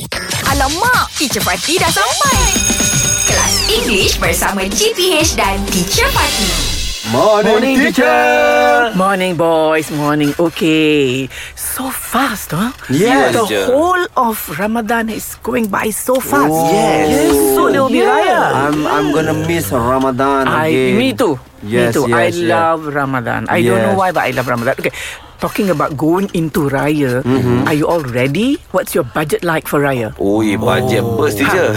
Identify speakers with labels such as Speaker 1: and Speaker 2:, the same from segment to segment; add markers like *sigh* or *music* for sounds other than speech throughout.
Speaker 1: Macam mak Teacher Fatih dah sampai Kelas English bersama GPH dan Teacher Fatih
Speaker 2: Morning,
Speaker 3: Morning, teacher.
Speaker 4: Morning, boys. Morning. Okay. So fast, huh?
Speaker 3: Yes,
Speaker 4: The
Speaker 3: teacher.
Speaker 4: whole of Ramadan is going by so fast.
Speaker 3: Oh. Yes.
Speaker 4: Yes. Soon there will be Raya.
Speaker 3: I'm I'm gonna miss Ramadan
Speaker 4: I,
Speaker 3: again.
Speaker 4: me too.
Speaker 3: Yes,
Speaker 4: me too. I
Speaker 3: yes, yes.
Speaker 4: love Ramadan. I don't know
Speaker 3: Yes.
Speaker 4: why, but I love Ramadan. Okay. Talking about going into Raya,
Speaker 3: Mm-hmm.
Speaker 4: are you all ready? What's your budget like for Raya?
Speaker 5: Ui, budget oh. burst teacher.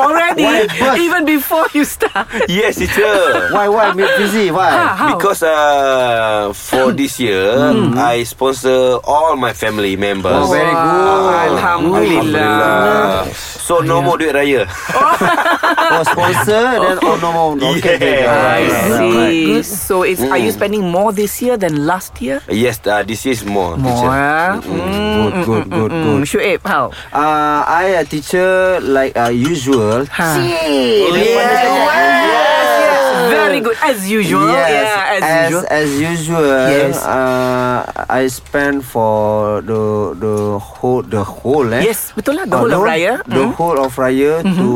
Speaker 4: Already?
Speaker 3: *laughs*
Speaker 4: Even before you start.
Speaker 5: yes, teacher.
Speaker 3: Why why me busy?
Speaker 4: Ah,
Speaker 3: Why?
Speaker 4: how?
Speaker 5: Because uh, for this year, I sponsor all my family members.
Speaker 3: Oh, very good.
Speaker 4: Alhamdulillah.
Speaker 5: So, no more duit raya.
Speaker 3: Oh,
Speaker 4: *laughs*
Speaker 3: sponsor then oh no more. Okay, okay, okay.
Speaker 4: I
Speaker 5: Yeah.
Speaker 3: Alright, alright.
Speaker 4: see. So, it's, are
Speaker 3: Mm.
Speaker 4: you spending more this year than last year?
Speaker 5: yes, uh, this is more.
Speaker 4: More.
Speaker 5: Teacher.
Speaker 4: eh?
Speaker 3: Good, good, good, good.
Speaker 4: Mm, Shuib, how?
Speaker 3: Uh, I a teacher like uh, usual.
Speaker 4: Ha.
Speaker 3: Yes,
Speaker 4: Yes, very good as usual. Yeah, as,
Speaker 3: as
Speaker 4: usual.
Speaker 3: as usual.
Speaker 4: Yes.
Speaker 3: Uh, I spend for the the whole the whole. Eh?
Speaker 4: Yes, betul lah, the whole of Raya.
Speaker 3: The
Speaker 4: Mm.
Speaker 3: whole of Raya to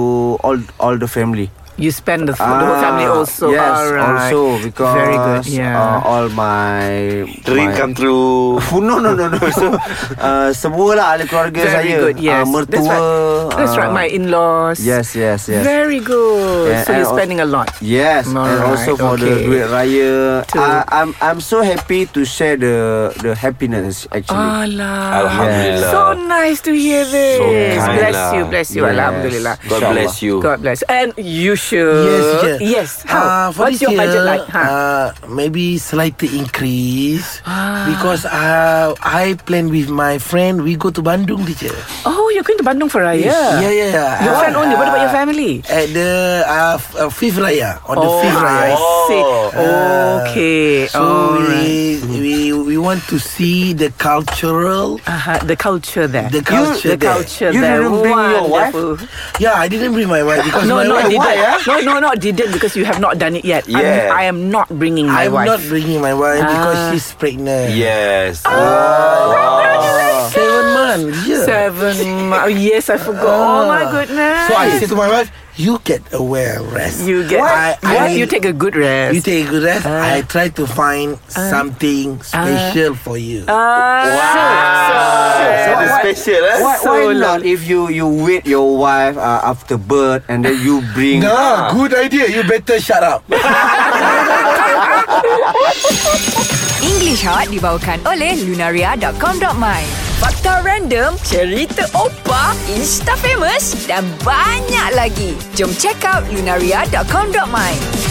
Speaker 3: all all the family.
Speaker 4: You spend the, Oh, the whole family
Speaker 3: Ah,
Speaker 4: also.
Speaker 3: Yes,
Speaker 4: Alright.
Speaker 3: also because
Speaker 4: very good. Yeah.
Speaker 3: uh, all my my-
Speaker 5: Dream come true.
Speaker 3: Oh, *laughs* no no no no.
Speaker 4: *laughs*
Speaker 3: so, uh, semua lah ahli keluarga
Speaker 4: very
Speaker 3: saya.
Speaker 4: good.
Speaker 3: Ah,
Speaker 4: Yes,
Speaker 3: mertua.
Speaker 4: That's right. That's right.
Speaker 3: ah,
Speaker 4: My in-laws.
Speaker 3: Yes yes yes.
Speaker 4: Very good.
Speaker 3: Yeah, and
Speaker 4: so you're
Speaker 3: al-
Speaker 4: spending a lot.
Speaker 3: Yes, and
Speaker 4: Alright,
Speaker 3: also for the
Speaker 4: okay.
Speaker 3: duit raya,
Speaker 4: True.
Speaker 3: I, I'm I'm so happy to share the the happiness
Speaker 4: Ah,
Speaker 3: actually.
Speaker 4: Allah.
Speaker 5: Alhamdulillah.
Speaker 4: So nice to hear this.
Speaker 5: kind
Speaker 4: bless
Speaker 5: lah.
Speaker 4: you, bless you.
Speaker 3: Yes.
Speaker 4: Alhamdulillah.
Speaker 5: God
Speaker 3: Inshallah.
Speaker 5: bless you.
Speaker 4: God bless. And you should.
Speaker 6: Yes, teacher.
Speaker 4: Yes. How?
Speaker 6: Uh, for
Speaker 4: What's
Speaker 6: this
Speaker 4: your
Speaker 6: year,
Speaker 4: budget like? Ha. Huh?
Speaker 6: Uh, maybe slightly increase
Speaker 4: Ah.
Speaker 6: because uh, I plan with my friend. We go to Bandung, teacher.
Speaker 4: oh, you're going to Bandung for Raya.
Speaker 6: yeah, yeah. yeah.
Speaker 4: Your
Speaker 6: Uh,
Speaker 4: friend only. What about your family?
Speaker 6: At the uh, f- uh, fifth raya on the
Speaker 4: oh,
Speaker 6: fifth raya.
Speaker 4: I see.
Speaker 6: Ah.
Speaker 4: okay.
Speaker 6: So
Speaker 4: Alright.
Speaker 6: we, we we want to see the cultural.
Speaker 4: Uh-huh, the culture there.
Speaker 6: The
Speaker 4: you,
Speaker 6: culture
Speaker 4: the
Speaker 6: there.
Speaker 4: culture
Speaker 3: You
Speaker 4: there.
Speaker 3: didn't bring your wife?
Speaker 4: Wonderful.
Speaker 6: Yeah, I didn't bring my wife because
Speaker 4: No,
Speaker 6: my
Speaker 4: no, I
Speaker 6: wife.
Speaker 4: didn't.
Speaker 6: Why, ah?
Speaker 4: No, no, no, I didn't because you have not done it yet. I'm,
Speaker 5: Yeah.
Speaker 4: I am not bringing my
Speaker 6: I'm
Speaker 4: wife.
Speaker 6: not bringing my wife because
Speaker 4: Ah.
Speaker 6: she's pregnant.
Speaker 5: Yes.
Speaker 6: seven months. Yeah.
Speaker 4: Seven. mo- yes, I forgot. Oh my goodness.
Speaker 6: So I said to my wife, "You get a well rest.
Speaker 4: you get.
Speaker 6: I, I,
Speaker 4: you take a good rest.
Speaker 6: You take a good rest. I try to find something special for you.
Speaker 4: Ah, so- so-
Speaker 5: So,
Speaker 3: Why-
Speaker 5: the
Speaker 3: why-
Speaker 5: special, eh?
Speaker 3: Why,
Speaker 4: So
Speaker 3: why not
Speaker 4: long.
Speaker 3: if you you wait your wife uh, after birth and then you bring
Speaker 6: no, good idea. You better shut up.
Speaker 1: English Hot dibawakan oleh Lunaria.com.my Fakta random, cerita opa, insta famous dan banyak lagi. Jom check out Lunaria.com.my